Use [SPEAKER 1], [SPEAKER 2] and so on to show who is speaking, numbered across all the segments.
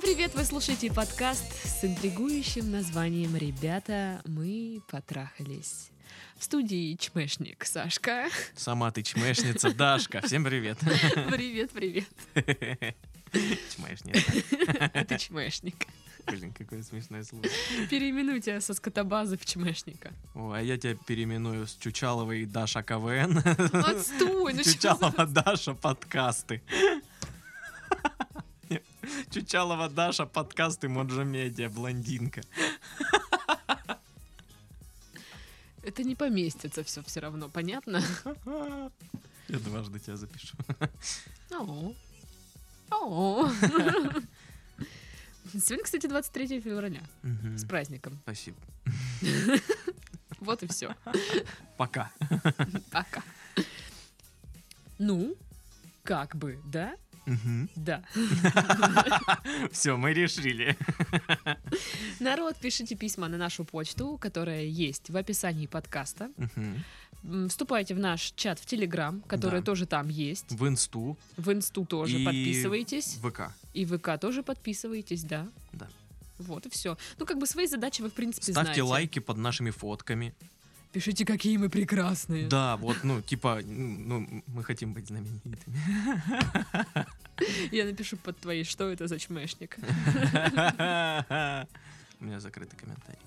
[SPEAKER 1] привет! Вы слушаете подкаст с интригующим названием «Ребята, мы потрахались». В студии чмешник Сашка.
[SPEAKER 2] Сама ты чмешница, Дашка. Всем привет.
[SPEAKER 1] Привет, привет.
[SPEAKER 2] Чмешница.
[SPEAKER 1] А Ты чмешник.
[SPEAKER 2] Блин, какое смешное слово.
[SPEAKER 1] Переименуй тебя со скотобазы в чмешника.
[SPEAKER 2] О, а я тебя переименую с Чучалова и Даша КВН.
[SPEAKER 1] Отстой! Ну чё за-
[SPEAKER 2] Чучалова Даша подкасты. Чучалова Даша подкасты Моджо Медиа, блондинка.
[SPEAKER 1] Это не поместится все все равно, понятно?
[SPEAKER 2] Я дважды тебя запишу.
[SPEAKER 1] О. О. Сегодня, кстати, 23 февраля.
[SPEAKER 2] Мгм.
[SPEAKER 1] С праздником.
[SPEAKER 2] Спасибо.
[SPEAKER 1] Вот и все.
[SPEAKER 2] Пока.
[SPEAKER 1] Пока. Ну, как бы, да? Да.
[SPEAKER 2] Все, мы решили.
[SPEAKER 1] Народ, пишите письма на нашу почту, которая есть в описании подкаста.
[SPEAKER 2] Мгм.
[SPEAKER 1] М, Вступайте в наш чат в Телеграм, который
[SPEAKER 2] Да.
[SPEAKER 1] тоже там есть.
[SPEAKER 2] В инсту,
[SPEAKER 1] В Инсту тоже
[SPEAKER 2] И-
[SPEAKER 1] подписывайтесь.
[SPEAKER 2] ВК.
[SPEAKER 1] И в ВК тоже подписывайтесь, да.
[SPEAKER 2] Да.
[SPEAKER 1] Вот и все. Ну, как бы свои задачи вы, в принципе, знаете.
[SPEAKER 2] Ставьте лайки под нашими фотками.
[SPEAKER 1] Пишите, какие мы прекрасные.
[SPEAKER 2] Да, вот, ну, типа, м, ну, м, мы хотим быть знаменитыми.
[SPEAKER 1] Я напишу под твои, что это за чмешник.
[SPEAKER 2] У меня закрытый комментарий.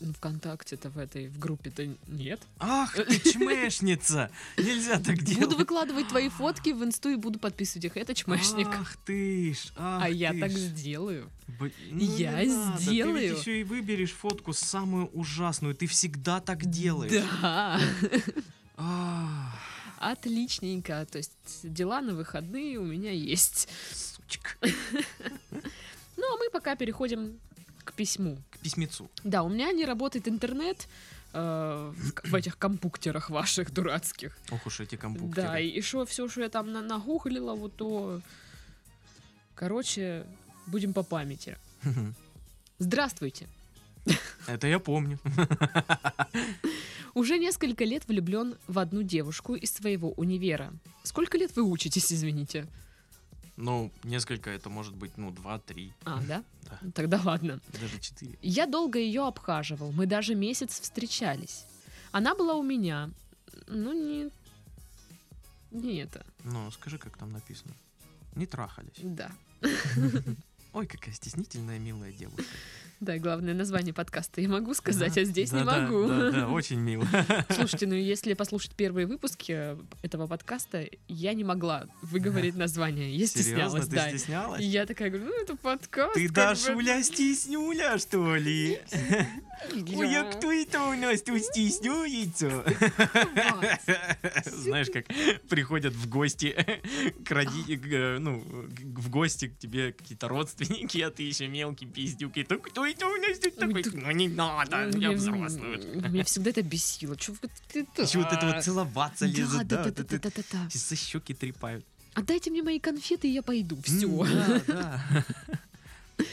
[SPEAKER 1] Ну, Вконтакте-то в этой, в группе-то нет.
[SPEAKER 2] Ах, ты чмешница! Нельзя так делать.
[SPEAKER 1] Буду выкладывать твои фотки в инсту и буду подписывать их. Это чмешник.
[SPEAKER 2] Ах ты ж, ах
[SPEAKER 1] А я
[SPEAKER 2] А, ты
[SPEAKER 1] так
[SPEAKER 2] ж.
[SPEAKER 1] сделаю.
[SPEAKER 2] Б- ну, не
[SPEAKER 1] Я
[SPEAKER 2] надо, Ты
[SPEAKER 1] сделаю.
[SPEAKER 2] ведь еще и выберешь фотку самую ужасную. Ты всегда так делаешь.
[SPEAKER 1] Да.
[SPEAKER 2] Ах,
[SPEAKER 1] Отличненько. То есть дела на выходные у меня есть.
[SPEAKER 2] сучка.
[SPEAKER 1] Ну, а мы пока переходим к письму.
[SPEAKER 2] К письмецу.
[SPEAKER 1] Да, у меня не работает интернет э, в к- в этих компуктерах ваших дурацких.
[SPEAKER 2] Ох уж эти компуктеры.
[SPEAKER 1] Да, и что все, что я там на- нагуглила, вот то... Короче, будем по памяти. Здравствуйте.
[SPEAKER 2] Это я помню.
[SPEAKER 1] Уже несколько лет влюблен в одну девушку из своего универа. Сколько лет вы учитесь, извините?
[SPEAKER 2] Ну, несколько, это может быть, ну, два, три,
[SPEAKER 1] А, да?
[SPEAKER 2] Да.
[SPEAKER 1] Ну, Тогда ладно.
[SPEAKER 2] даже четыре.
[SPEAKER 1] Я долго ее обхаживал, мы даже месяц встречались. Она была у меня, ну не... Не это,
[SPEAKER 2] Ну, скажи, как там написано. Не трахались.
[SPEAKER 1] да.
[SPEAKER 2] Ой, какая стеснительная милая девушка.
[SPEAKER 1] Да, и главное название подкаста я могу сказать, а здесь не
[SPEAKER 2] Да-да,
[SPEAKER 1] могу.
[SPEAKER 2] Да, да, очень мило.
[SPEAKER 1] Слушайте, ну если послушать первые выпуски этого подкаста, я не могла выговорить название. Я
[SPEAKER 2] Серьезно,
[SPEAKER 1] стеснялась,
[SPEAKER 2] ты
[SPEAKER 1] да. И
[SPEAKER 2] стеснялась?
[SPEAKER 1] я такая говорю, ну это подкаст.
[SPEAKER 2] Ты
[SPEAKER 1] как бы.
[SPEAKER 2] Дашуля стеснюля, что ли? Ой,
[SPEAKER 1] Я-
[SPEAKER 2] а кто это у нас тут стеснюется?
[SPEAKER 1] Вась.
[SPEAKER 2] Знаешь, как приходят в гости к роди- к, э, ну, к- в гости к тебе какие-то родственники, а ты еще мелкий пиздюк. И то кто это у нас тут
[SPEAKER 1] Ой,
[SPEAKER 2] такой?
[SPEAKER 1] тут-
[SPEAKER 2] Ну не надо, я
[SPEAKER 1] Мне-
[SPEAKER 2] взрослый.
[SPEAKER 1] Меня всегда это бесило. Чё вы- ты- ты-
[SPEAKER 2] Еще вот это
[SPEAKER 1] А.
[SPEAKER 2] вот целоваться лезут,
[SPEAKER 1] да,
[SPEAKER 2] да,
[SPEAKER 1] да,
[SPEAKER 2] вот
[SPEAKER 1] да,
[SPEAKER 2] это-
[SPEAKER 1] да, да, да, да.
[SPEAKER 2] Со щеки трепают.
[SPEAKER 1] Отдайте мне мои конфеты, и я пойду. Все.
[SPEAKER 2] М, да, да.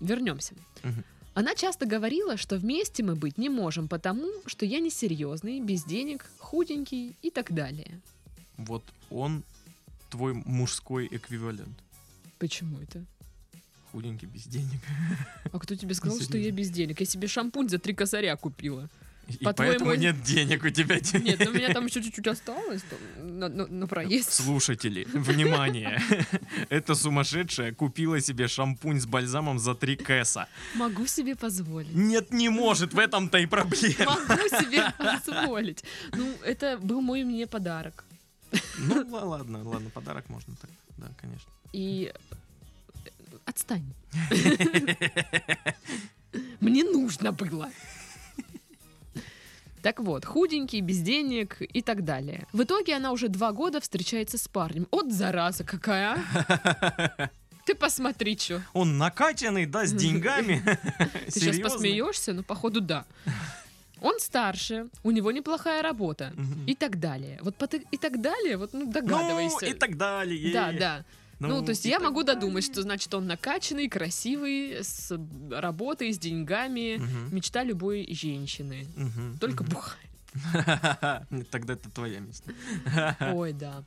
[SPEAKER 1] Вернемся.
[SPEAKER 2] Мгм.
[SPEAKER 1] Она часто говорила, что вместе мы быть не можем, потому что я несерьезный, без денег, худенький и так далее.
[SPEAKER 2] Вот он твой мужской эквивалент.
[SPEAKER 1] Почему это?
[SPEAKER 2] Худенький, без денег.
[SPEAKER 1] А кто тебе сказал, что я без денег? Я себе шампунь за три косаря купила.
[SPEAKER 2] И
[SPEAKER 1] По-твоему,
[SPEAKER 2] поэтому
[SPEAKER 1] он-
[SPEAKER 2] нет денег у тебя.
[SPEAKER 1] Нет, ну а у меня там еще чуть-чуть осталось там, на, на- на проезд.
[SPEAKER 2] Слушатели, внимание! Эта сумасшедшая купила себе шампунь с бальзамом за 3 кэса.
[SPEAKER 1] Могу себе позволить.
[SPEAKER 2] Нет, не может, в этом-то и проблема.
[SPEAKER 1] Могу себе позволить. Ну, это был мой мне подарок.
[SPEAKER 2] Ну л- ладно, ладно, подарок можно так. Да, конечно.
[SPEAKER 1] и э, отстань. Мне нужно было. Так вот, худенький, без денег и так далее. В итоге она уже два года встречается с парнем. От зараза какая! а! Ты посмотри, что.
[SPEAKER 2] Он накачанный, да, с деньгами.
[SPEAKER 1] Ты сейчас посмеешься, но походу да. Он старше, у него неплохая работа
[SPEAKER 2] Мгм.
[SPEAKER 1] и так далее. Вот по- и так далее, вот ну
[SPEAKER 2] Ну,
[SPEAKER 1] догадывайся.
[SPEAKER 2] и так далее.
[SPEAKER 1] Да, да. Ну, то есть
[SPEAKER 2] и
[SPEAKER 1] я
[SPEAKER 2] так
[SPEAKER 1] могу
[SPEAKER 2] далее.
[SPEAKER 1] додумать, что значит он накачанный, красивый, с работой, с деньгами,
[SPEAKER 2] Мгм,
[SPEAKER 1] мечта любой женщины.
[SPEAKER 2] мгм,
[SPEAKER 1] Только
[SPEAKER 2] мгм.
[SPEAKER 1] бухает.
[SPEAKER 2] Тогда это твоя мечта.
[SPEAKER 1] Ой, да.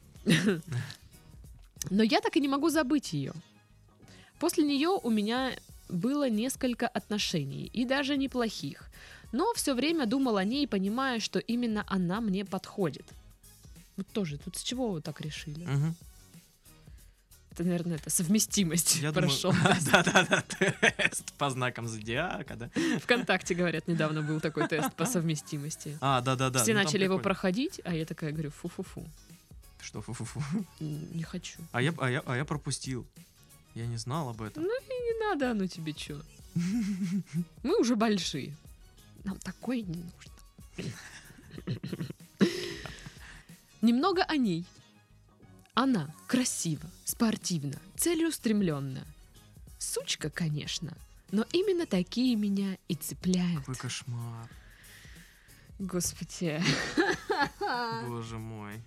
[SPEAKER 1] Но я так и не могу забыть ее. После нее у меня было несколько отношений, и даже неплохих. Но все время думал о ней, понимая, что именно она мне подходит. Вот тоже, тут с чего вы так решили?
[SPEAKER 2] Мгм.
[SPEAKER 1] Это, наверное, это совместимость
[SPEAKER 2] Я думаю-
[SPEAKER 1] прошел.
[SPEAKER 2] Да-да-да, тест по знакам зодиака, да.
[SPEAKER 1] Вконтакте, говорят, недавно был такой тест по совместимости.
[SPEAKER 2] А, да-да-да.
[SPEAKER 1] Все
[SPEAKER 2] ну там
[SPEAKER 1] начали его
[SPEAKER 2] прикольно.
[SPEAKER 1] проходить, а я такая говорю, фу-фу-фу,
[SPEAKER 2] Что, фу-фу-фу.
[SPEAKER 1] м, не хочу.
[SPEAKER 2] А я, а, я, а я пропустил. Я не знал об этом.
[SPEAKER 1] Не надо оно тебе чё. Мы уже большие. Нам такое не нужно. Немного о ней. Она красива, спортивна, целеустремленна. Сучка, конечно, но именно такие меня и цепляют.
[SPEAKER 2] Какой кошмар.
[SPEAKER 1] Господи. А.
[SPEAKER 2] Боже мой.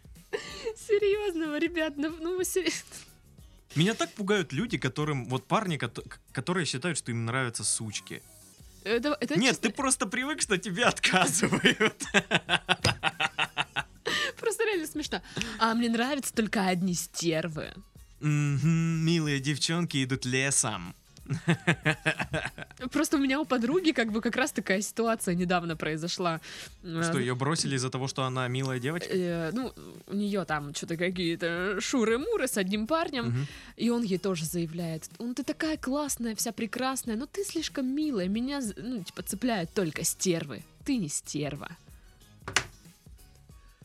[SPEAKER 1] Серьезно, ребят, ну, ну вы серьезно.
[SPEAKER 2] Меня так пугают люди, которым... Вот парни, кото- к- которые считают, что им нравятся сучки.
[SPEAKER 1] Это, это
[SPEAKER 2] Нет,
[SPEAKER 1] чисто-
[SPEAKER 2] ты просто привык, что тебе отказывают.
[SPEAKER 1] просто реально смешно. А мне нравятся только одни стервы.
[SPEAKER 2] Мгм, Милые девчонки идут лесом.
[SPEAKER 1] Просто у меня у подруги как бы как раз такая ситуация недавно произошла.
[SPEAKER 2] Что,
[SPEAKER 1] Э,
[SPEAKER 2] ее бросили из-за того, что она милая девочка?
[SPEAKER 1] э, ну, у нее там что-то какие-то шуры-муры с одним парнем,
[SPEAKER 2] Мгм.
[SPEAKER 1] и он ей тоже заявляет, ну ты такая классная, вся прекрасная, но ты слишком милая, меня, з- ну, типа, цепляют только стервы, ты не стерва.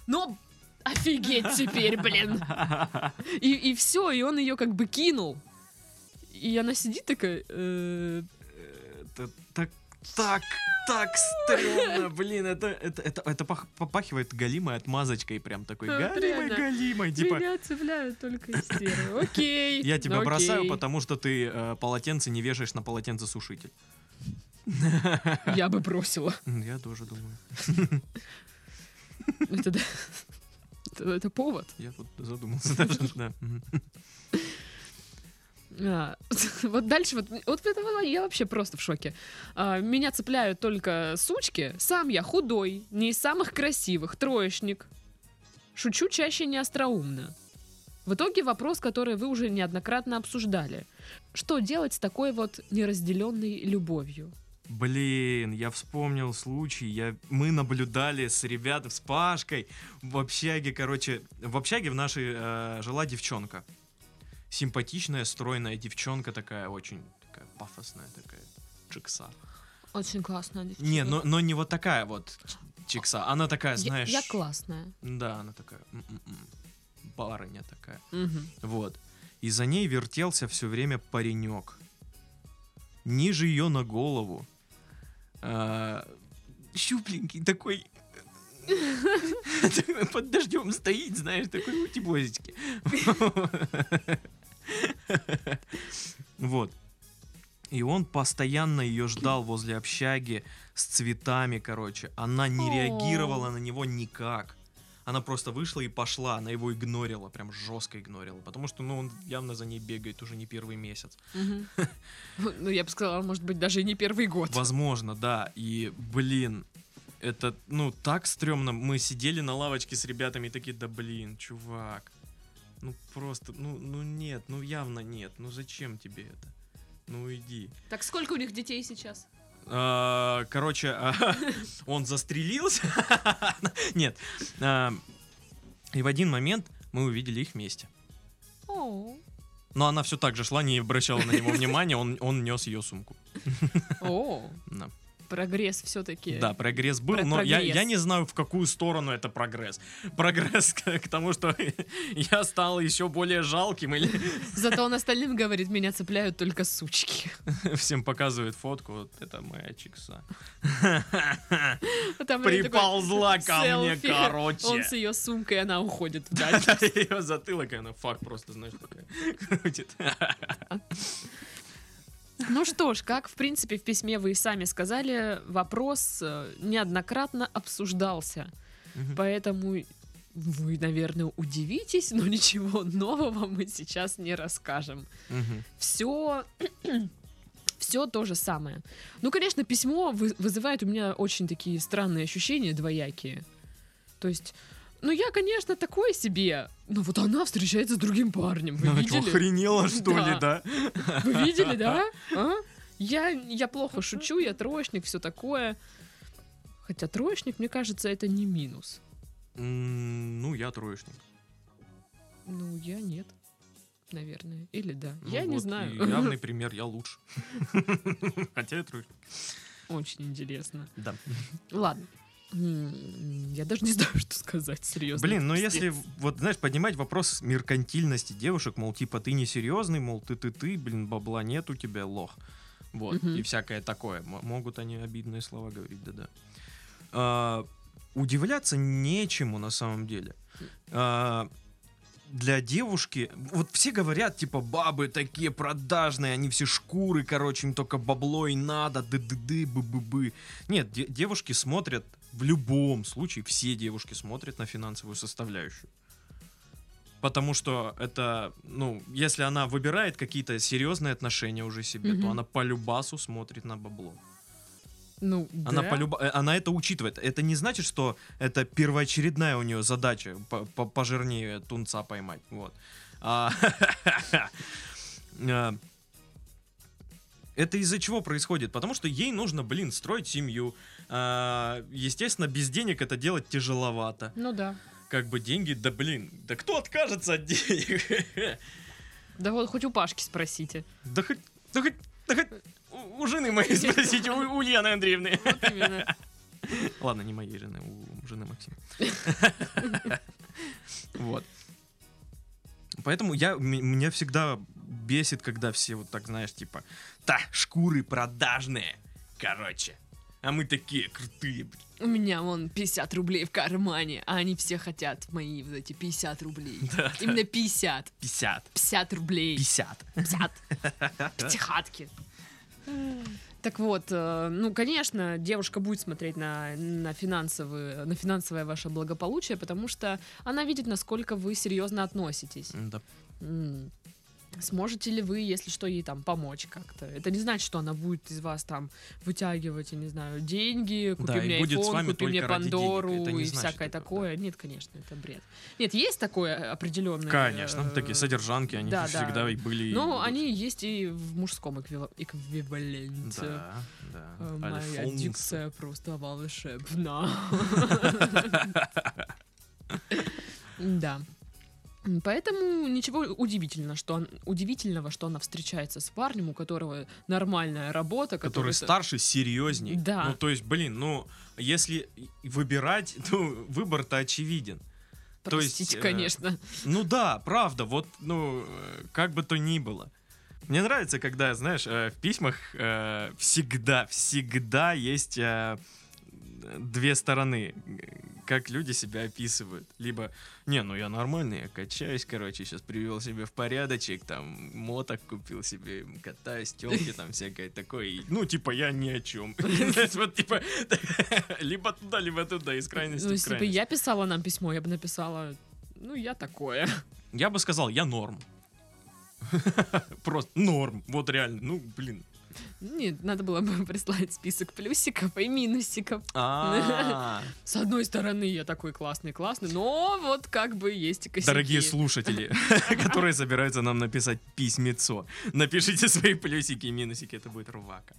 [SPEAKER 1] Но офигеть теперь, блин! И, и все, и он ее как бы кинул. И она сидит такая... «Э,
[SPEAKER 2] Это так, так, так стрёмно, блин, это, это, это, это пах- попахивает галимой отмазочкой прям такой,
[SPEAKER 1] Ну, вот
[SPEAKER 2] галимой,
[SPEAKER 1] реально.
[SPEAKER 2] галимой, типа,
[SPEAKER 1] Меня цепляют только стервы. Окей. Ну,
[SPEAKER 2] я тебя
[SPEAKER 1] окей.
[SPEAKER 2] бросаю, потому что ты э, полотенце не вешаешь на полотенцесушитель.
[SPEAKER 1] Я бы бросила.
[SPEAKER 2] М, Я тоже думаю,
[SPEAKER 1] Это да. Это- Это повод.
[SPEAKER 2] я тут задумался даже, да. Мгм.
[SPEAKER 1] А, Вот дальше вот, вот это вот я вообще просто в шоке. А, Меня цепляют только сучки. Сам я худой, не из самых красивых, троечник. Шучу чаще не остроумно. В итоге вопрос, который вы уже неоднократно обсуждали. Что делать с такой вот неразделенной любовью?
[SPEAKER 2] Блин, я вспомнил случай. Я... Мы наблюдали с ребят, с Пашкой в общаге, короче, в общаге в нашей э, жила девчонка. Симпатичная, стройная девчонка такая, очень такая пафосная такая чикса.
[SPEAKER 1] Очень классная
[SPEAKER 2] Не, но, но не вот такая вот ч- чикса. Она такая,
[SPEAKER 1] Я,
[SPEAKER 2] знаешь...
[SPEAKER 1] я классная.
[SPEAKER 2] Да, она такая. м-м-м, Барыня такая.
[SPEAKER 1] Мгм.
[SPEAKER 2] Вот. И за ней вертелся все время паренек. Ниже ее на голову. А, щупленький такой. Такой Под дождем стоит, знаешь, такой утебозички. Вот. И он постоянно ее ждал возле общаги с цветами, короче. Она не
[SPEAKER 1] О.
[SPEAKER 2] реагировала на него никак. Она просто вышла и пошла, она его игнорила, прям жестко игнорила, потому что, ну, он явно за ней бегает уже не первый месяц.
[SPEAKER 1] Мгм. Ну, я бы сказала, может быть, даже и не первый год.
[SPEAKER 2] Возможно, да, и, блин, это, ну, так стрёмно. Мы сидели на лавочке с ребятами и такие, да, блин, чувак, ну, просто, ну, ну, нет, ну, явно нет, ну, зачем тебе это? Ну, уйди.
[SPEAKER 1] Так сколько у них детей сейчас?
[SPEAKER 2] А, Короче, а, он застрелился. Нет. А, И в один момент мы увидели их вместе.
[SPEAKER 1] О,
[SPEAKER 2] Но она все так же шла, не обращала на него внимания, он, он нес ее сумку.
[SPEAKER 1] О,
[SPEAKER 2] Да,
[SPEAKER 1] прогресс все-таки.
[SPEAKER 2] Да, прогресс был,
[SPEAKER 1] Про-
[SPEAKER 2] но я,
[SPEAKER 1] прогресс.
[SPEAKER 2] я не знаю, в какую сторону это прогресс. Прогресс к, к тому, что я стал еще более жалким или
[SPEAKER 1] Зато он остальным говорит, меня цепляют только сучки.
[SPEAKER 2] всем показывает фотку. Вот это моя чикса.
[SPEAKER 1] А там у него
[SPEAKER 2] Приползла ко мне,
[SPEAKER 1] селфи. такой, Он
[SPEAKER 2] короче.
[SPEAKER 1] с ее сумкой, она уходит
[SPEAKER 2] А
[SPEAKER 1] вдаль.
[SPEAKER 2] Ее затылок, и она фак просто, знаешь, такая крутит.
[SPEAKER 1] Ну что ж, как, в принципе, в письме вы и сами сказали, вопрос э, неоднократно обсуждался.
[SPEAKER 2] Мгм.
[SPEAKER 1] Поэтому вы, наверное, удивитесь, но ничего нового мы сейчас не расскажем. все все то же самое. Ну, конечно, письмо вы- вызывает у меня очень такие странные ощущения двоякие. То есть, ну я, конечно, такой себе. Но вот она встречается с другим парнем. Вы
[SPEAKER 2] Она
[SPEAKER 1] видели?
[SPEAKER 2] чё, Ну, типа, охренела, что ли, да?
[SPEAKER 1] Да. Вы видели, да? А? Я, я плохо шучу, я троечник, все такое. Хотя троечник, мне кажется, это не минус.
[SPEAKER 2] М, Ну, я троечник.
[SPEAKER 1] Ну, я нет. Наверное. Или да.
[SPEAKER 2] Ну
[SPEAKER 1] я не
[SPEAKER 2] вот,
[SPEAKER 1] знаю.
[SPEAKER 2] и Явный пример, я лучше. Хотя я троечник.
[SPEAKER 1] Очень интересно.
[SPEAKER 2] Да.
[SPEAKER 1] Ладно. М, Я даже не знаю, что сказать, серьезно.
[SPEAKER 2] Блин, ну
[SPEAKER 1] Пиздец.
[SPEAKER 2] если, вот знаешь, поднимать вопрос меркантильности девушек, мол, типа, ты несерьезный, мол, ты-ты-ты, блин, бабла нет у тебя, лох. Вот,
[SPEAKER 1] Мгм.
[SPEAKER 2] и всякое такое. М- могут они обидные слова говорить, да-да. А, удивляться нечему на самом деле. А, для девушки, вот все говорят, типа, бабы такие продажные, они все шкуры, короче, им только бабло и надо, ды-ды-ды, бы-бы-бы. Нет, де- девушки смотрят в любом случае, все девушки смотрят на финансовую составляющую. Потому что это, ну, если она выбирает какие-то серьезные отношения уже себе,
[SPEAKER 1] Мгм.
[SPEAKER 2] то она по любасу смотрит на бабло.
[SPEAKER 1] Ну,
[SPEAKER 2] Она,
[SPEAKER 1] да.
[SPEAKER 2] по она это учитывает. Это не значит, что это первоочередная у нее задача по- по- пожирнее тунца поймать. Вот. А, э, Это из-за чего происходит? Потому что ей нужно, блин, строить семью. А, Естественно, без денег это делать тяжеловато.
[SPEAKER 1] Ну да.
[SPEAKER 2] Как бы деньги, да блин, да кто откажется от денег?
[SPEAKER 1] Да вот хоть у Пашки спросите.
[SPEAKER 2] Да хоть, да хоть, да хоть у у жены моей спросите, у у Елены Андреевны.
[SPEAKER 1] Вот именно.
[SPEAKER 2] Ладно, не моей жены, у жены Максима. Вот. Поэтому я, м- меня всегда бесит, когда все вот так, знаешь, типа, та, шкуры продажные, короче. А мы такие крутые, блин.
[SPEAKER 1] У меня вон 50 рублей в кармане, а они все хотят мои вот эти 50 рублей.
[SPEAKER 2] Да,
[SPEAKER 1] Именно 50.
[SPEAKER 2] 50,
[SPEAKER 1] 50 рублей.
[SPEAKER 2] 50.
[SPEAKER 1] 50. Пятихатки. Так вот, э, ну, конечно, девушка будет смотреть на, на, финансовые, на финансовое ваше благополучие, потому что она видит, насколько вы серьезно относитесь.
[SPEAKER 2] Да.
[SPEAKER 1] М. Сможете ли вы, если что, ей там помочь как-то? Это не значит, что она будет из вас там вытягивать, я не знаю, деньги, купи
[SPEAKER 2] Да, и
[SPEAKER 1] мне
[SPEAKER 2] будет с
[SPEAKER 1] iPhone,
[SPEAKER 2] вами
[SPEAKER 1] купи мне
[SPEAKER 2] только ради денег.
[SPEAKER 1] Пандору
[SPEAKER 2] Это не
[SPEAKER 1] и
[SPEAKER 2] значит
[SPEAKER 1] всякое
[SPEAKER 2] этого,
[SPEAKER 1] такое. Нет, конечно, это бред. Нет, есть такое определенное.
[SPEAKER 2] Конечно,
[SPEAKER 1] э,
[SPEAKER 2] такие содержанки, они
[SPEAKER 1] да, да.
[SPEAKER 2] всегда и были. и
[SPEAKER 1] Но
[SPEAKER 2] будут.
[SPEAKER 1] они есть и в мужском эквива- эквиваленте.
[SPEAKER 2] Да,
[SPEAKER 1] Э,
[SPEAKER 2] да.
[SPEAKER 1] Моя
[SPEAKER 2] Альфонс.
[SPEAKER 1] дикция просто волшебна. Да. М, Поэтому ничего удивительного, что он, удивительного, что она встречается с парнем, у которого нормальная работа,
[SPEAKER 2] который
[SPEAKER 1] который,
[SPEAKER 2] старше, серьезней.
[SPEAKER 1] Да.
[SPEAKER 2] Ну, то есть, блин, ну, если и- выбирать, то выбор-то очевиден.
[SPEAKER 1] то
[SPEAKER 2] то есть,
[SPEAKER 1] простите,
[SPEAKER 2] э,
[SPEAKER 1] конечно.
[SPEAKER 2] Ну да, правда, вот, ну, э, как бы то ни было. Мне нравится, когда, знаешь, э, в письмах э, всегда, всегда есть э, две стороны, э, как люди себя описывают. Либо, не, ну я нормальный, я качаюсь, короче, сейчас привел себе в порядочек, там, моток купил себе, катаюсь, телки, там, всякое такое. И, ну, типа, я ни о чем. Знаешь, вот, типа, либо туда, либо туда, из крайности
[SPEAKER 1] Ну,
[SPEAKER 2] в
[SPEAKER 1] если бы
[SPEAKER 2] крайность.
[SPEAKER 1] я писала нам письмо, я бы написала, ну, я такое.
[SPEAKER 2] Я бы сказал, я норм. Просто норм. Вот реально. Ну, блин.
[SPEAKER 1] Нет, надо было бы прислать список плюсиков и минусиков.
[SPEAKER 2] А.
[SPEAKER 1] С одной стороны, я такой классный, классный, но вот как бы есть и косяки.
[SPEAKER 2] Дорогие слушатели, которые собираются нам написать письмецо, напишите свои плюсики и минусики, это будет рвака.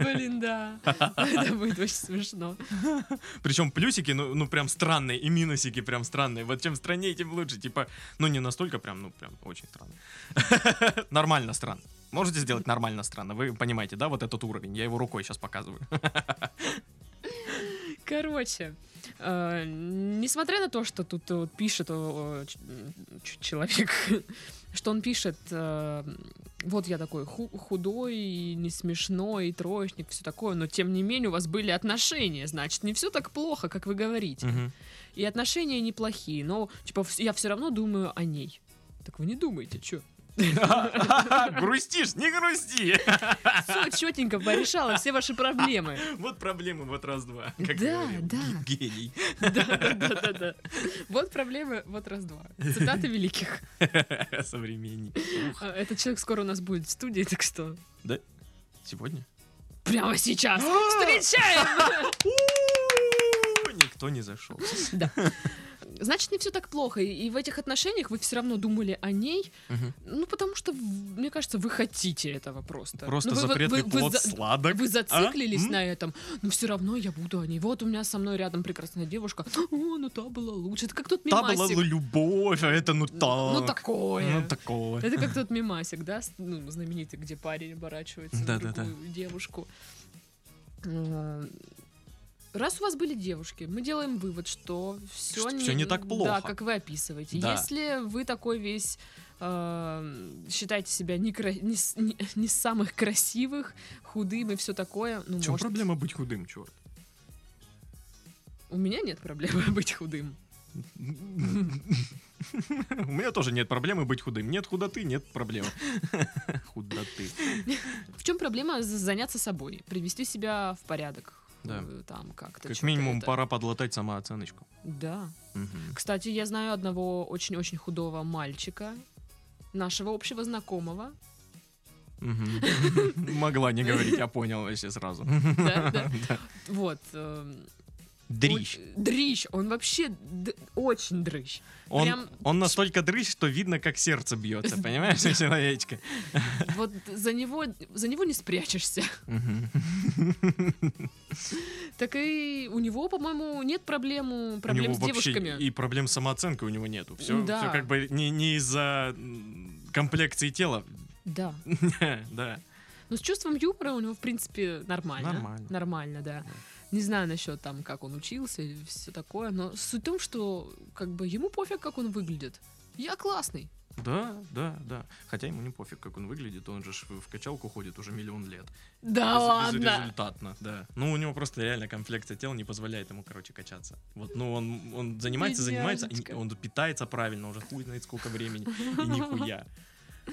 [SPEAKER 1] Блин, да. Это будет очень смешно.
[SPEAKER 2] Причем плюсики, ну, ну прям странные, и минусики прям странные. Вот чем страннее, тем лучше. Типа, ну не настолько прям, ну прям очень странно. Нормально странно. Можете сделать нормально странно. Вы понимаете, да, вот этот уровень? Я его рукой сейчас показываю.
[SPEAKER 1] Короче, э, несмотря на то, что тут э, вот пишет э, ч- ч- человек, что он пишет, э, вот я такой ху- худой, и не смешной, и троечник, все такое, но тем не менее у вас были отношения, значит, не все так плохо, как вы говорите. И отношения неплохие, но типа вс- я все равно думаю о ней. Так вы не думаете, что?
[SPEAKER 2] Грустишь? Не грусти.
[SPEAKER 1] Все четенько порешала все ваши проблемы.
[SPEAKER 2] Вот проблемы, вот раз-два. Как
[SPEAKER 1] Да,
[SPEAKER 2] говорил
[SPEAKER 1] да.
[SPEAKER 2] г- Гений.
[SPEAKER 1] Да-да-да-да. Вот проблемы, вот раз-два. Цитаты великих.
[SPEAKER 2] Современник.
[SPEAKER 1] А, Этот человек скоро у нас будет в студии, так что
[SPEAKER 2] Сегодня?
[SPEAKER 1] прямо сейчас встречаем!
[SPEAKER 2] У-у-у, Никто не зашел.
[SPEAKER 1] Да. значит, не все так плохо. И- И в этих отношениях вы все равно думали о ней,
[SPEAKER 2] Мгм.
[SPEAKER 1] ну, потому что, в- мне кажется, вы хотите этого просто.
[SPEAKER 2] Просто
[SPEAKER 1] Ну, вы- вы-
[SPEAKER 2] запретный
[SPEAKER 1] вы- вы
[SPEAKER 2] плод
[SPEAKER 1] за-
[SPEAKER 2] сладок. А?
[SPEAKER 1] Вы зациклились
[SPEAKER 2] М?
[SPEAKER 1] на этом, но все равно я буду о ней. Вот у меня со мной рядом прекрасная девушка. О, ну та была лучше. Это как тот
[SPEAKER 2] Та
[SPEAKER 1] мимасик.
[SPEAKER 2] была любовь, а это ну так.
[SPEAKER 1] Ну такое.
[SPEAKER 2] Ну такое.
[SPEAKER 1] Это как тот мимасик, да, с- ну, знаменитый, где парень оборачивается на
[SPEAKER 2] Да-да-да.
[SPEAKER 1] другую девушку. Э, Раз у вас были девушки, мы делаем вывод, что все,
[SPEAKER 2] Что всё не так плохо.
[SPEAKER 1] Да, как вы описываете.
[SPEAKER 2] Да.
[SPEAKER 1] Если вы такой весь э, считаете себя не, кра- не с- не- не из самых красивых, худым и все такое, ну,
[SPEAKER 2] В чем
[SPEAKER 1] может,
[SPEAKER 2] проблема быть худым, черт?
[SPEAKER 1] у меня нет проблемы быть худым.
[SPEAKER 2] У меня тоже нет проблемы быть худым. Нет худоты, нет проблем. Худоты.
[SPEAKER 1] В чем проблема з- заняться собой, привести себя в порядок?
[SPEAKER 2] Да.
[SPEAKER 1] Э, Там как-то.
[SPEAKER 2] Как
[SPEAKER 1] чё-то
[SPEAKER 2] минимум
[SPEAKER 1] это.
[SPEAKER 2] пора подлатать самооценочку.
[SPEAKER 1] Да.
[SPEAKER 2] Мгм.
[SPEAKER 1] Кстати, я знаю одного очень-очень худого мальчика, нашего общего знакомого.
[SPEAKER 2] Мгм. Могла не говорить, я понял вообще сразу.
[SPEAKER 1] Да, да. Вот. эм,
[SPEAKER 2] Дрищ.
[SPEAKER 1] он- э, Дрищ. Он вообще д- очень дрыщ.
[SPEAKER 2] Он,
[SPEAKER 1] прям-
[SPEAKER 2] он настолько дрыщ, что видно, как сердце бьется, понимаешь, у человечка.
[SPEAKER 1] Вот за него, за него не спрячешься.
[SPEAKER 2] Мгм.
[SPEAKER 1] Так и у него, по-моему, нет проблему,
[SPEAKER 2] У него
[SPEAKER 1] проблем с
[SPEAKER 2] вообще
[SPEAKER 1] девушками.
[SPEAKER 2] И проблем с самооценкой у него нету. Все,
[SPEAKER 1] Да.
[SPEAKER 2] как бы не, не из-за м, комплекции тела.
[SPEAKER 1] Да.
[SPEAKER 2] Да.
[SPEAKER 1] Но с чувством юмора у него, в принципе, нормально.
[SPEAKER 2] Нормально.
[SPEAKER 1] Нормально, да. Не знаю насчет там, как он учился и все такое, но суть в том, что как бы ему пофиг, как он выглядит. Я классный.
[SPEAKER 2] Да, да, да. Хотя ему не пофиг, как он выглядит, он же ж в качалку ходит уже миллион лет.
[SPEAKER 1] Да
[SPEAKER 2] Без- без-
[SPEAKER 1] ладно.
[SPEAKER 2] Безрезультатно, да. Ну, у него просто реально комплекция тела не позволяет ему, короче, качаться. Вот, ну, он, он занимается, занимается, и
[SPEAKER 1] Бедняжечка.
[SPEAKER 2] он питается правильно, уже хуй знает сколько времени, и нихуя.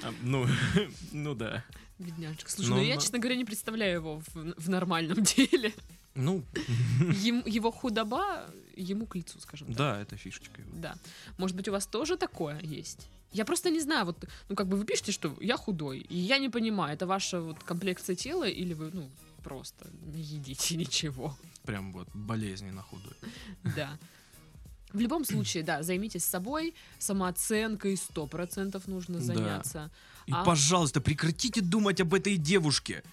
[SPEAKER 2] А, Ну, ну да.
[SPEAKER 1] Бедняжечка. Слушай,
[SPEAKER 2] Но
[SPEAKER 1] ну,
[SPEAKER 2] он
[SPEAKER 1] я,
[SPEAKER 2] на-
[SPEAKER 1] честно говоря, не представляю его в, в нормальном деле.
[SPEAKER 2] Ну,
[SPEAKER 1] Ем- его худоба ему к лицу, скажем так.
[SPEAKER 2] да, это фишечка. его.
[SPEAKER 1] Да. Может быть, у вас тоже такое есть? Я просто не знаю, вот, ну, как бы вы пишете, что я худой, и я не понимаю, это ваша вот комплекция тела, или вы, ну, просто не едите ничего.
[SPEAKER 2] Прям вот болезненно худой.
[SPEAKER 1] Да. В любом случае, да, займитесь собой, самооценкой сто процентов нужно
[SPEAKER 2] Да.
[SPEAKER 1] заняться.
[SPEAKER 2] И,
[SPEAKER 1] А-
[SPEAKER 2] пожалуйста, прекратите думать об этой девушке.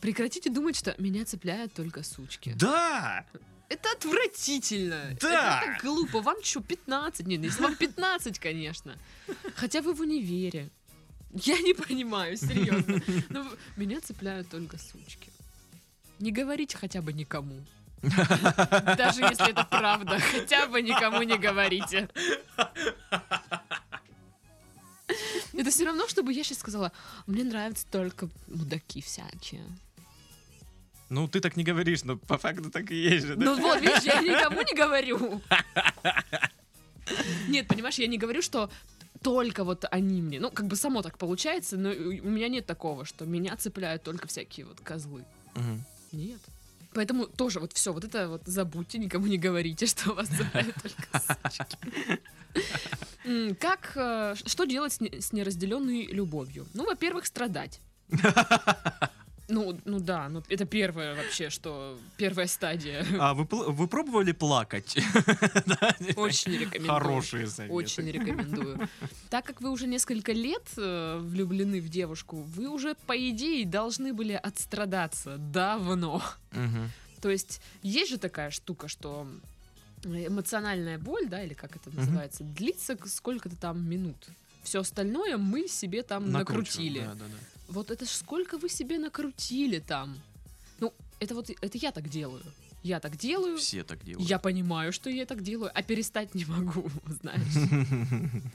[SPEAKER 1] Прекратите думать, что меня цепляют только сучки.
[SPEAKER 2] Да!
[SPEAKER 1] Это отвратительно.
[SPEAKER 2] Да.
[SPEAKER 1] Это так глупо. Вам что, 15? Нет, ну если вам 15, конечно. Хотя вы в универе. Я не понимаю, серьезно. Но в- меня цепляют только сучки. Не говорите хотя бы никому. Даже если это правда, хотя бы никому не говорите. Это все равно, чтобы я сейчас сказала, мне нравятся только мудаки всякие.
[SPEAKER 2] Ну, ты так не говоришь, но по факту так и есть же, да?
[SPEAKER 1] Ну вот, видишь, я никому не говорю. Нет, понимаешь, я не говорю, что только вот они мне. Ну, как бы само так получается, но у у меня нет такого, что меня цепляют только всякие вот козлы.
[SPEAKER 2] Мгм.
[SPEAKER 1] Нет. Поэтому тоже вот все, вот это вот забудьте, никому не говорите, что вас цепляют только сучки. М, Как, э, ш- что делать с не- с неразделенной любовью? Ну, во-первых, страдать. Ну, ну да, ну это первое вообще, что первая стадия.
[SPEAKER 2] А вы, пл- вы пробовали плакать? Да, не знаю.
[SPEAKER 1] Очень рекомендую.
[SPEAKER 2] Хорошие советы.
[SPEAKER 1] Очень рекомендую. Так как вы уже несколько лет э, влюблены в девушку, вы уже, по идее, должны были отстрадаться давно.
[SPEAKER 2] Мгм.
[SPEAKER 1] То есть есть же такая штука, что эмоциональная боль, да, или как это называется, длится к- сколько-то там минут. Все остальное мы себе там
[SPEAKER 2] Накручиваем,
[SPEAKER 1] накрутили.
[SPEAKER 2] да, да, да.
[SPEAKER 1] Вот это ж сколько вы себе накрутили там. Ну, это вот это я так делаю. Я так делаю.
[SPEAKER 2] Все так делают.
[SPEAKER 1] Я понимаю, что я так делаю, а перестать не могу, знаешь.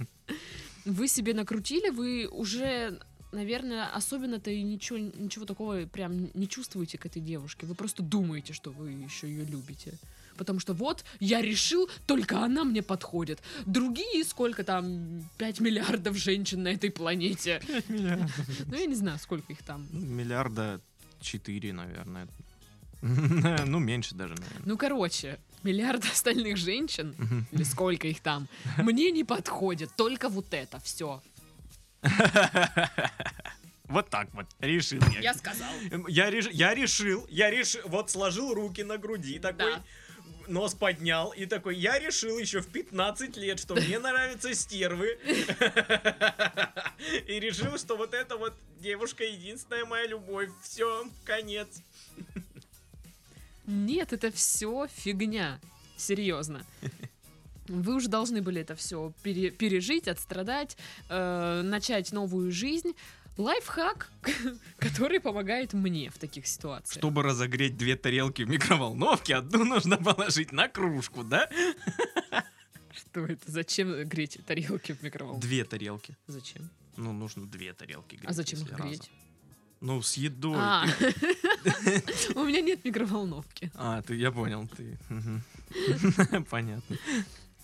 [SPEAKER 1] Вы себе накрутили, вы уже, наверное, особенно-то и ничего, ничего такого прям не чувствуете к этой девушке. Вы просто думаете, что вы еще ее любите. Потому что вот, я решил, только она мне подходит. Другие, сколько там, 5 миллиардов женщин на этой планете.
[SPEAKER 2] Миллиарда.
[SPEAKER 1] Ну, я не знаю, сколько их там.
[SPEAKER 2] Ну, Миллиарда четыре, наверное. Ну, меньше даже, наверное.
[SPEAKER 1] Ну, короче, миллиард остальных женщин
[SPEAKER 2] Мгм.
[SPEAKER 1] или сколько их там, мне не подходит, только вот это, все.
[SPEAKER 2] Вот так вот. Решил
[SPEAKER 1] Я
[SPEAKER 2] я.
[SPEAKER 1] сказал.
[SPEAKER 2] Эм, Я, реш- я решил, я решил, вот сложил руки на груди такой,
[SPEAKER 1] Да.
[SPEAKER 3] нос поднял и такой, я решил еще в 15 лет, что мне нравятся стервы. И решил, что вот эта вот девушка единственная моя любовь. Все, конец.
[SPEAKER 1] Нет, это все фигня. Серьезно. Вы уже должны были это все пережить, отстрадать, э, начать новую жизнь. Лайфхак, который помогает мне в таких ситуациях.
[SPEAKER 2] Чтобы разогреть две тарелки в микроволновке, одну нужно положить на кружку, да?
[SPEAKER 1] Что это? Зачем греть тарелки в микроволновке?
[SPEAKER 2] Две тарелки.
[SPEAKER 1] Зачем?
[SPEAKER 2] Ну, нужно две тарелки греть.
[SPEAKER 1] А зачем их
[SPEAKER 2] если разом.
[SPEAKER 1] греть?
[SPEAKER 2] Ну, с едой.
[SPEAKER 1] А,
[SPEAKER 2] ты-
[SPEAKER 1] у меня нет микроволновки.
[SPEAKER 2] А, ты, я понял, ты. мгм. Понятно.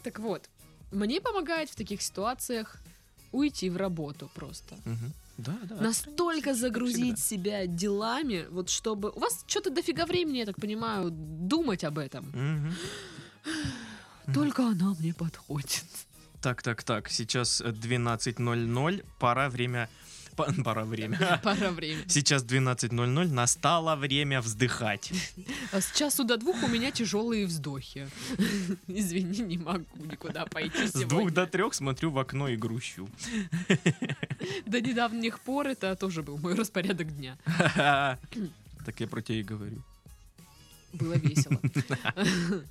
[SPEAKER 1] Так вот, мне помогает в таких ситуациях уйти в работу просто.
[SPEAKER 2] Мгм. Да, да.
[SPEAKER 1] Настолько загрузить себя делами, вот чтобы... У вас что-то дофига времени, я так понимаю, думать об этом.
[SPEAKER 2] Мгм.
[SPEAKER 1] Только она мне подходит.
[SPEAKER 2] Так, так, так. Сейчас э, 12.00. Пора время... па- Пора время.
[SPEAKER 1] Пора времени.
[SPEAKER 2] Сейчас 12.00. Настало время вздыхать.
[SPEAKER 1] А с часу до двух у меня тяжелые вздохи. Извини, не могу никуда пойти
[SPEAKER 2] С двух
[SPEAKER 1] сегодня.
[SPEAKER 2] до трех смотрю в окно и грущу.
[SPEAKER 1] До недавних пор это тоже был мой распорядок дня.
[SPEAKER 2] Так я про тебя и говорю.
[SPEAKER 1] Было весело.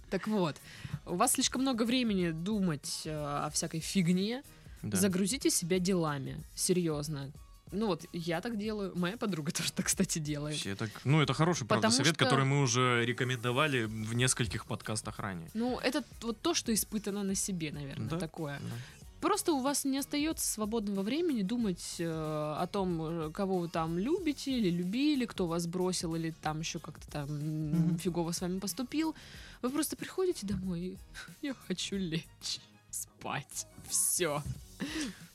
[SPEAKER 1] Так вот, у вас слишком много времени думать э, о всякой фигне.
[SPEAKER 2] Да.
[SPEAKER 1] Загрузите себя делами, серьезно. Ну вот, я так делаю, моя подруга тоже так, кстати, делает.
[SPEAKER 2] Вообще, так, ну, это хороший, правда,
[SPEAKER 1] Потому
[SPEAKER 2] совет,
[SPEAKER 1] что-
[SPEAKER 2] который мы уже рекомендовали в нескольких подкастах ранее.
[SPEAKER 1] Ну, это т- вот то, что испытано на себе, наверное,
[SPEAKER 2] Ну Да.
[SPEAKER 1] такое.
[SPEAKER 2] Да.
[SPEAKER 1] Просто у вас не остается свободного времени думать э, о том, э, кого вы там любите или любили, кто вас бросил или там еще как-то там м,
[SPEAKER 2] Мгм.
[SPEAKER 1] фигово с вами поступил. Вы просто приходите домой и я хочу лечь, спать, все.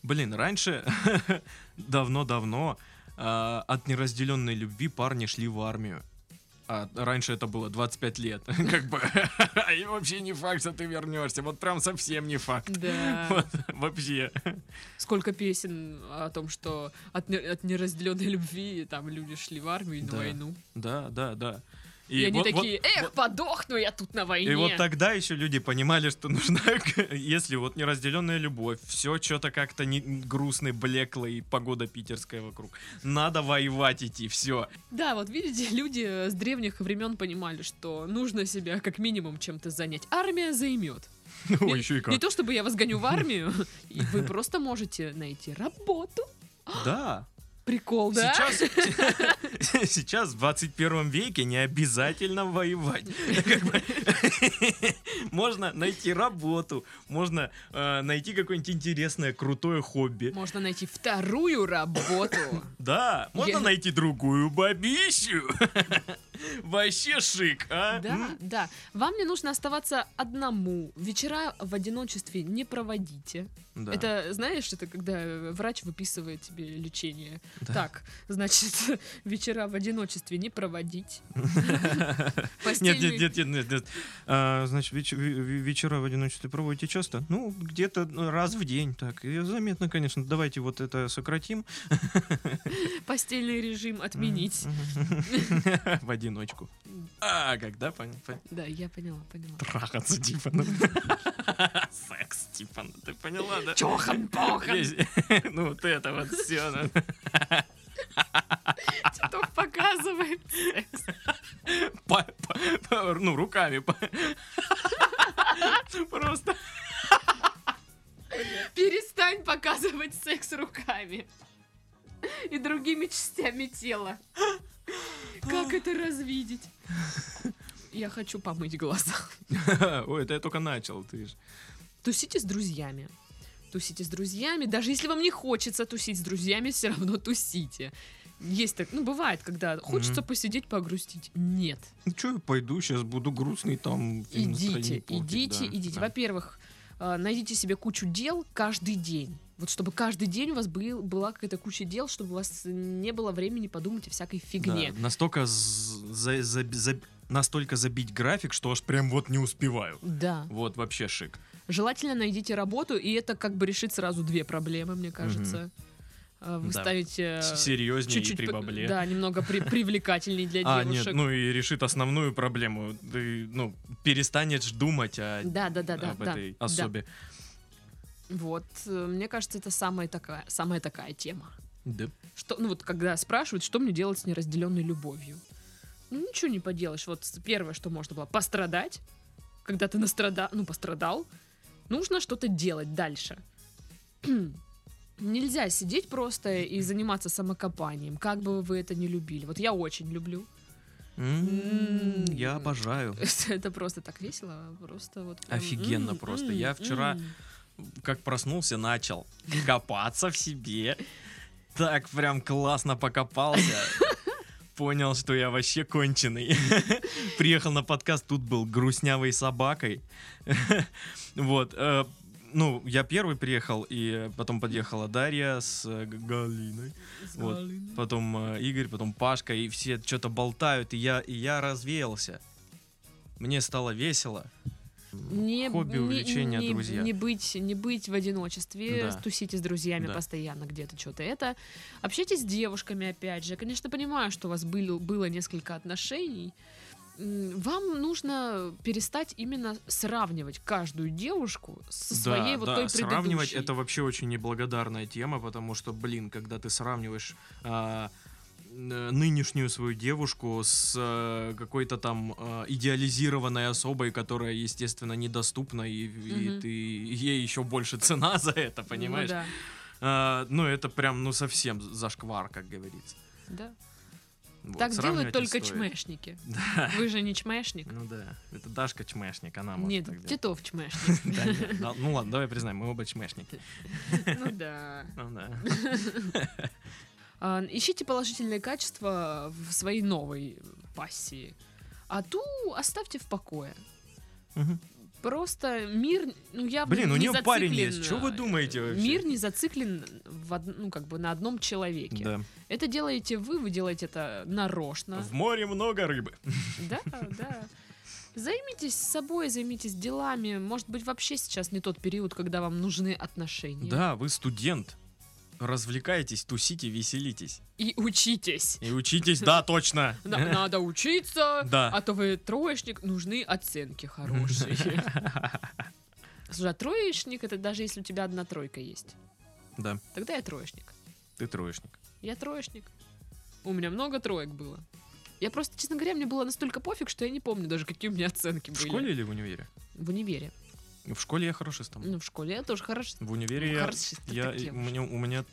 [SPEAKER 2] Блин, раньше, давно-давно, а, от неразделенной любви парни шли в армию. А раньше это было 25 лет. Как бы. И вообще не факт, что ты вернешься. Вот прям совсем не факт.
[SPEAKER 1] Да.
[SPEAKER 2] Вот, вообще.
[SPEAKER 1] Сколько песен о том, что от, не- от неразделенной любви там люди шли в армию и на
[SPEAKER 2] Да.
[SPEAKER 1] войну.
[SPEAKER 2] Да, да, да.
[SPEAKER 1] И, они
[SPEAKER 2] вот- вот-
[SPEAKER 1] такие, эх, подохну я тут на войне.
[SPEAKER 2] И вот тогда еще люди понимали, что нужна, если вот неразделенная любовь, все что-то как-то не грустный, блеклый, погода питерская вокруг. Надо воевать идти, все.
[SPEAKER 1] Да, вот видите, люди с древних времен понимали, что нужно себя как минимум чем-то занять. Армия займет.
[SPEAKER 2] Ну,
[SPEAKER 1] Не-
[SPEAKER 2] еще и
[SPEAKER 1] Не
[SPEAKER 2] как.
[SPEAKER 1] то чтобы я вас гоню в армию, и вы просто можете найти работу.
[SPEAKER 2] Да.
[SPEAKER 1] Прикол, да?
[SPEAKER 2] Сейчас, сейчас в 21 веке не обязательно воевать. Как бы Можно найти работу, можно э, найти какое-нибудь интересное, крутое хобби.
[SPEAKER 1] Можно найти вторую работу.
[SPEAKER 2] Да, можно
[SPEAKER 1] Я-
[SPEAKER 2] найти другую бабищу. Вообще шик, а?
[SPEAKER 1] Да,
[SPEAKER 2] М?
[SPEAKER 1] да. Вам не нужно оставаться одному. Вечера в одиночестве не проводите.
[SPEAKER 2] Да.
[SPEAKER 1] Это, знаешь, это когда врач выписывает тебе лечение.
[SPEAKER 2] Да.
[SPEAKER 1] Так, значит, вечера в одиночестве не проводить.
[SPEAKER 2] Нет,
[SPEAKER 1] Постельный-
[SPEAKER 2] нет, нет, нет, нет, нет. А, значит, веч- ве- ве- вечера в одиночестве проводите часто? Ну, где-то ну, раз в день, так. И заметно, конечно. Давайте вот это сократим.
[SPEAKER 1] Постельный режим отменить.
[SPEAKER 2] Мгм. В одиночку. А, когда понял? понял.
[SPEAKER 1] Да, я поняла, поняла.
[SPEAKER 2] Трахаться, типа. ну. Секс, типа, ну, ты поняла, да?
[SPEAKER 1] Чохан-похан,
[SPEAKER 2] Здесь, Ну, вот это вот все.
[SPEAKER 1] Титов показывает.
[SPEAKER 2] Па- па- па- ну, руками. па- Просто.
[SPEAKER 1] Перестань показывать секс руками. И другими частями тела. Как это развидеть? Я хочу помыть глаза.
[SPEAKER 2] Ой, это я только начал, ты ж.
[SPEAKER 1] Тусите с друзьями. Тусите с друзьями. Даже если вам не хочется тусить с друзьями, все равно тусите. Есть так, ну бывает, когда хочется
[SPEAKER 2] Мгм.
[SPEAKER 1] посидеть, погрустить. Нет.
[SPEAKER 2] Ну, что я пойду, сейчас буду грустный там.
[SPEAKER 1] Идите,
[SPEAKER 2] и настроение портить,
[SPEAKER 1] идите,
[SPEAKER 2] да,
[SPEAKER 1] идите.
[SPEAKER 2] да.
[SPEAKER 1] Во-первых, э, найдите себе кучу дел каждый день. Вот чтобы каждый день у вас был, была какая-то куча дел, чтобы у вас не было времени подумать о всякой
[SPEAKER 2] Да,
[SPEAKER 1] фигне.
[SPEAKER 2] Настолько з- за- за- за- настолько забить график, что аж прям вот не успеваю.
[SPEAKER 1] Да.
[SPEAKER 2] Вот вообще шик.
[SPEAKER 1] Желательно найдите работу, и это как бы решит сразу две проблемы, мне кажется. А, Вы
[SPEAKER 2] Да.
[SPEAKER 1] станете
[SPEAKER 2] С- Серьезнее и
[SPEAKER 1] чуть-чуть
[SPEAKER 2] при
[SPEAKER 1] п-
[SPEAKER 2] бабле.
[SPEAKER 1] Да, немного при- привлекательней для
[SPEAKER 2] А, нет,
[SPEAKER 1] девушек.
[SPEAKER 2] ну и решит основную проблему. Ты, ну, перестанешь думать о,
[SPEAKER 1] Да, да, да, да,
[SPEAKER 2] об
[SPEAKER 1] да.
[SPEAKER 2] этой
[SPEAKER 1] да.
[SPEAKER 2] особе.
[SPEAKER 1] Вот, э, мне кажется, это самая такая, самая такая тема.
[SPEAKER 2] Да.
[SPEAKER 1] Что, ну вот, когда спрашивают, что мне делать с неразделенной любовью, ну ничего не поделаешь. Вот с- первое, что можно было, пострадать, когда ты настрада, ну пострадал, нужно что-то делать дальше. Нельзя сидеть просто и заниматься самокопанием, как бы вы это не любили. Вот я очень люблю.
[SPEAKER 2] М,
[SPEAKER 1] М.
[SPEAKER 2] Я обожаю.
[SPEAKER 1] Это просто так весело, просто вот. прям,
[SPEAKER 2] Офигенно
[SPEAKER 1] м,
[SPEAKER 2] просто.
[SPEAKER 1] м,
[SPEAKER 2] Я вчера
[SPEAKER 1] м.
[SPEAKER 2] Как проснулся, начал копаться в себе. Так прям классно покопался. Понял, что я вообще конченый. Приехал на подкаст, тут был грустнявой собакой. Вот. э, Ну, я первый приехал, и потом подъехала Дарья с э, Г- Галиной. Вот. потом э, Игорь, потом Пашка, и все что-то болтают, и я, и я развеялся. Мне стало весело.
[SPEAKER 1] не,
[SPEAKER 2] Хобби,
[SPEAKER 1] не-
[SPEAKER 2] увлечения,
[SPEAKER 1] не-
[SPEAKER 2] друзья.
[SPEAKER 1] Не быть, не быть в одиночестве,
[SPEAKER 2] Да.
[SPEAKER 1] тусите с друзьями
[SPEAKER 2] Да.
[SPEAKER 1] постоянно где-то что-то. Это общайтесь с девушками, опять же. Я, конечно, понимаю, что у вас были, было несколько отношений. М, Вам нужно перестать именно сравнивать каждую девушку со своей вот той
[SPEAKER 2] сравнивать
[SPEAKER 1] предыдущей.
[SPEAKER 2] это вообще очень неблагодарная тема, потому что, блин, когда ты сравниваешь а, н- нынешнюю свою девушку с э, какой-то там э, идеализированной особой, которая, естественно, недоступна, и, и
[SPEAKER 1] Мгм.
[SPEAKER 2] ты ей еще больше цена за это,
[SPEAKER 1] Ну
[SPEAKER 2] понимаешь?
[SPEAKER 1] да,
[SPEAKER 2] А, ну это прям, ну совсем зашквар, как говорится.
[SPEAKER 1] да.
[SPEAKER 2] Вот,
[SPEAKER 1] так делают
[SPEAKER 2] сравнивать не
[SPEAKER 1] только
[SPEAKER 2] стоит.
[SPEAKER 1] чмешники.
[SPEAKER 2] Да.
[SPEAKER 1] Вы же не чмешник.
[SPEAKER 2] Ну да, это Дашка чмешник, она А, может
[SPEAKER 1] Нет,
[SPEAKER 2] так делать.
[SPEAKER 1] Титов чмешник.
[SPEAKER 2] Да, нет, да, ну ладно, давай признаем, мы оба чмешники.
[SPEAKER 1] Ну да.
[SPEAKER 2] Ну да.
[SPEAKER 1] А, Ищите положительные качества в своей новой пассии. А ту оставьте в покое.
[SPEAKER 2] Мгм.
[SPEAKER 1] Просто мир, ну я в-
[SPEAKER 2] Блин, у
[SPEAKER 1] не
[SPEAKER 2] нее парень
[SPEAKER 1] зациклен,
[SPEAKER 2] есть, чё вы
[SPEAKER 1] э,
[SPEAKER 2] думаете вообще?
[SPEAKER 1] Мир не зациклен в од- ну как бы на одном человеке.
[SPEAKER 2] Да.
[SPEAKER 1] Это делаете вы, вы делаете это нарочно.
[SPEAKER 2] В море много рыбы.
[SPEAKER 1] Да, да. Займитесь собой, займитесь делами. Может быть, вообще сейчас не тот период, когда вам нужны отношения.
[SPEAKER 2] Да, вы студент. Развлекайтесь, тусите, веселитесь.
[SPEAKER 1] И учитесь.
[SPEAKER 2] И учитесь, да, точно.
[SPEAKER 1] На- Надо учиться,
[SPEAKER 2] Э. Да.
[SPEAKER 1] а то вы троечник, нужны оценки хорошие. Слушай, а троечник это даже если у тебя одна тройка есть.
[SPEAKER 2] Да,
[SPEAKER 1] Тогда я троечник.
[SPEAKER 2] ты троечник.
[SPEAKER 1] Я троечник. У меня много троек было. Я просто, честно говоря, мне было настолько пофиг, что я не помню даже, какие у меня оценки
[SPEAKER 2] В
[SPEAKER 1] были.
[SPEAKER 2] школе или в универе?
[SPEAKER 1] В универе.
[SPEAKER 2] В школе я хорошист там.
[SPEAKER 1] Ну, в школе я тоже хорошо.
[SPEAKER 2] В универе
[SPEAKER 1] Ну,
[SPEAKER 2] я-
[SPEAKER 1] хорошисты
[SPEAKER 2] я,
[SPEAKER 1] такие
[SPEAKER 2] у меня, у меня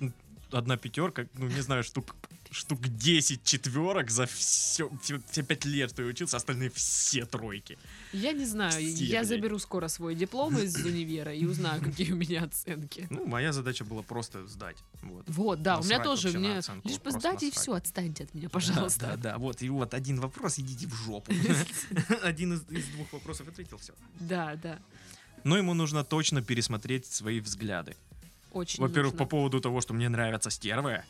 [SPEAKER 2] одна пятерка, ну не знаю, штук штук 10 четверок за все, все, все пять лет, что я учился, остальные все тройки.
[SPEAKER 1] Я не знаю,
[SPEAKER 2] Все,
[SPEAKER 1] я
[SPEAKER 2] блядь.
[SPEAKER 1] заберу скоро свой диплом из универа и узнаю, какие у меня оценки.
[SPEAKER 2] Ну, моя задача была просто сдать. Вот.
[SPEAKER 1] Вот, да, у меня
[SPEAKER 2] Насрать
[SPEAKER 1] тоже.
[SPEAKER 2] вообще на
[SPEAKER 1] Мне
[SPEAKER 2] оценку,
[SPEAKER 1] лишь бы
[SPEAKER 2] просто
[SPEAKER 1] сдать и
[SPEAKER 2] насрать.
[SPEAKER 1] все, отстаньте от меня, пожалуйста.
[SPEAKER 2] Да, да, да, вот, и вот один вопрос, идите в жопу. Один из, из двух вопросов ответил, все.
[SPEAKER 1] Да, да.
[SPEAKER 2] Но ему нужно точно пересмотреть свои взгляды.
[SPEAKER 1] Очень
[SPEAKER 2] Во-первых, по
[SPEAKER 1] нужно.
[SPEAKER 2] поводу того, что мне нравятся стервы.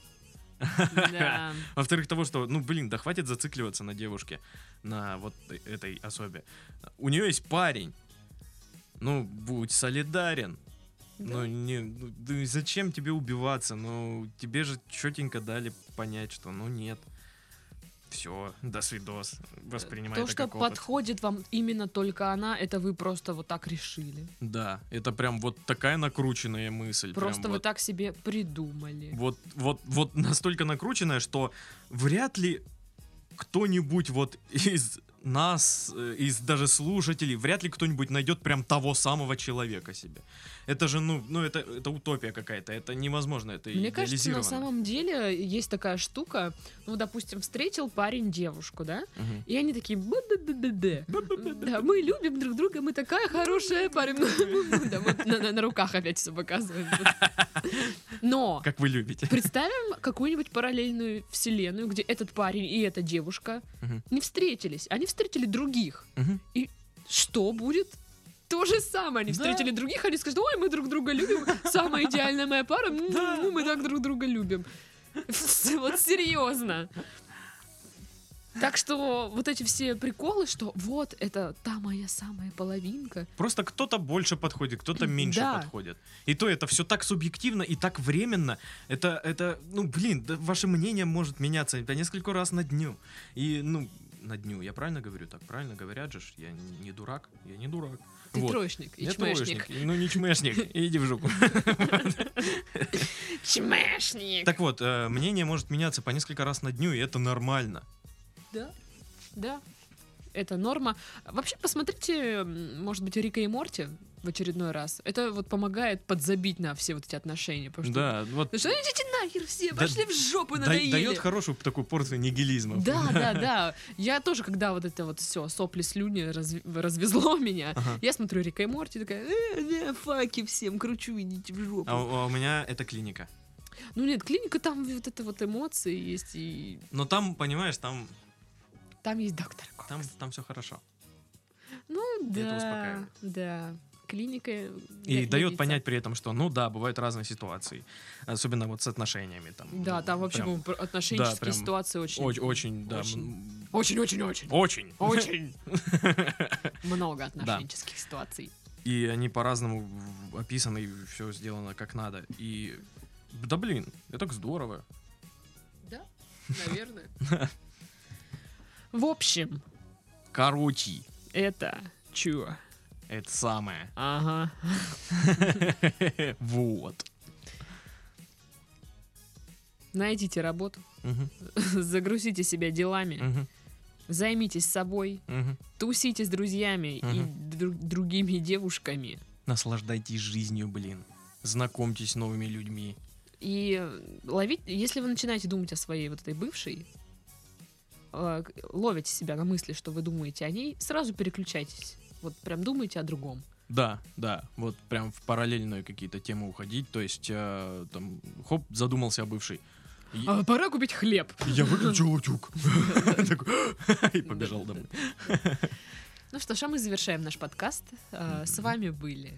[SPEAKER 1] Да.
[SPEAKER 2] Во-вторых, того, что, ну, блин, да хватит зацикливаться на девушке, на вот э- этой особе. У нее есть парень. Ну, будь солидарен. Ну,
[SPEAKER 1] Да.
[SPEAKER 2] не, ну, да и зачем тебе убиваться? Ну, тебе же четенько дали понять, что, ну, нет. Все, до свидос. Воспринимай
[SPEAKER 1] То,
[SPEAKER 2] это
[SPEAKER 1] что
[SPEAKER 2] как опыт.
[SPEAKER 1] подходит вам именно только она, это вы просто вот так решили.
[SPEAKER 2] Да, это прям вот такая накрученная мысль. прям
[SPEAKER 1] Просто вы
[SPEAKER 2] вот,
[SPEAKER 1] так себе придумали.
[SPEAKER 2] вот, вот, вот настолько накрученная, что вряд ли кто-нибудь вот из нас, э, из даже слушателей, вряд ли кто-нибудь найдет прям того самого человека себе. Это же, ну, ну это, это утопия какая-то, это невозможно, это
[SPEAKER 1] Мне кажется, на
[SPEAKER 2] идеализировано.
[SPEAKER 1] самом деле есть такая штука. Ну, допустим, встретил парень девушку, да?
[SPEAKER 2] Мгм.
[SPEAKER 1] И они такие, «Бу-ду-ду-ду-ду». да, мы любим друг друга, мы такая хорошая пара. Да, вот на- на- на руках опять все показывает. Но
[SPEAKER 2] Как вы любите.
[SPEAKER 1] Представим какую-нибудь параллельную вселенную, где этот парень и эта девушка
[SPEAKER 2] Мгм.
[SPEAKER 1] не встретились, они встретили других.
[SPEAKER 2] Мгм.
[SPEAKER 1] Что будет? То же самое, они
[SPEAKER 2] Да.
[SPEAKER 1] встретили других, они скажут, ой, мы друг друга любим, самая идеальная моя пара, м, ну,
[SPEAKER 2] Да,
[SPEAKER 1] м, мы так друг друга любим. Вот серьезно. Так что вот эти все приколы, что вот это та моя самая половинка.
[SPEAKER 2] Просто кто-то больше подходит, кто-то меньше
[SPEAKER 1] Да.
[SPEAKER 2] подходит. И то это все так субъективно и так временно. Это, это, ну, блин, да ваше мнение может меняться по несколько раз на дню. И, ну, на дню. Я правильно говорю? Так правильно говорят же. ж. Я не не дурак. Я не дурак.
[SPEAKER 1] Ты
[SPEAKER 2] Вот.
[SPEAKER 1] троечник и
[SPEAKER 2] Я
[SPEAKER 1] чмэшник.
[SPEAKER 2] троечник. Ну, не чмешник. Иди в жопу.
[SPEAKER 1] Чмэшник.
[SPEAKER 2] Так вот, э, мнение может меняться по несколько раз на дню, и это нормально.
[SPEAKER 1] Да, да. Это норма. Вообще, посмотрите, м, может быть, Рика и Морти в очередной раз. Это вот помогает подзабить на все вот эти отношения. Потому что,
[SPEAKER 2] Да, вот
[SPEAKER 1] Потому что «Ну, идите нахер все,
[SPEAKER 2] Да-
[SPEAKER 1] пошли в жопу, надоели.
[SPEAKER 2] дает ну. хорошую такую порцию нигилизма.
[SPEAKER 1] Да, да, да. Я тоже, когда вот это вот все сопли, слюни разв- развезло меня,
[SPEAKER 2] Ага.
[SPEAKER 1] я смотрю Рика и Морти, такая, «Э, э, факи всем, кручу, идите в жопу.
[SPEAKER 2] А у- а у меня это клиника.
[SPEAKER 1] Ну нет, клиника, там вот это вот эмоции есть, и
[SPEAKER 2] Но там, понимаешь, там,
[SPEAKER 1] там есть доктор Кокс.
[SPEAKER 2] там, там все хорошо.
[SPEAKER 1] Ну да,
[SPEAKER 2] это успокаивает.
[SPEAKER 1] да. Клиника. э,
[SPEAKER 2] И дает понять при этом, что, ну да, бывают разные ситуации, особенно вот с отношениями там.
[SPEAKER 1] Да,
[SPEAKER 2] ну,
[SPEAKER 1] там вообще
[SPEAKER 2] прям
[SPEAKER 1] по-моему, про- отношенческие
[SPEAKER 2] да, прям
[SPEAKER 1] ситуации очень...
[SPEAKER 2] оч- очень, да,
[SPEAKER 1] очень.
[SPEAKER 2] м,
[SPEAKER 1] Очень, очень, очень.
[SPEAKER 2] очень.
[SPEAKER 1] Очень. Много отношенческих ситуаций.
[SPEAKER 2] И они по-разному в- описаны, и все сделано как надо. И да блин, это так здорово.
[SPEAKER 1] Да, наверное. В общем,
[SPEAKER 2] Короче,
[SPEAKER 1] это чё?
[SPEAKER 2] это самое.
[SPEAKER 1] Ага.
[SPEAKER 2] Вот.
[SPEAKER 1] Найдите работу,
[SPEAKER 2] Мгм,
[SPEAKER 1] загрузите себя делами,
[SPEAKER 2] мгм,
[SPEAKER 1] займитесь собой,
[SPEAKER 2] мгм.
[SPEAKER 1] тусите с друзьями и
[SPEAKER 2] Мгм.
[SPEAKER 1] дру- другими девушками.
[SPEAKER 2] Наслаждайтесь жизнью, блин. Знакомьтесь с новыми людьми.
[SPEAKER 1] И э, ловить, если вы начинаете думать о своей вот этой бывшей, э, к- ловите себя на мысли, что вы думаете о ней, сразу переключайтесь. Вот прям думайте о другом.
[SPEAKER 2] Да, да, вот прям в параллельную какие-то темы уходить, то есть э, там, хоп, задумался о бывшей. И-
[SPEAKER 1] А, пора купить хлеб.
[SPEAKER 2] Я выключил утюг. Такой, И побежал домой.
[SPEAKER 1] Ну что ж, а мы завершаем наш подкаст. Э, С вами были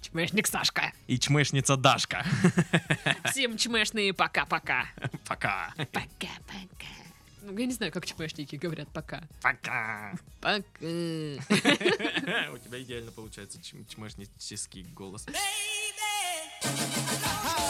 [SPEAKER 1] Чмешник Сашка.
[SPEAKER 2] И чмешница Дашка.
[SPEAKER 1] Всем чмешные пока-пока.
[SPEAKER 2] Пока.
[SPEAKER 1] Пока-пока. Ну, я не знаю, как чмешники говорят пока.
[SPEAKER 2] Пока.
[SPEAKER 1] Пока.
[SPEAKER 2] У тебя идеально получается чм- чмешнический голос.
[SPEAKER 4] Baby, I love you.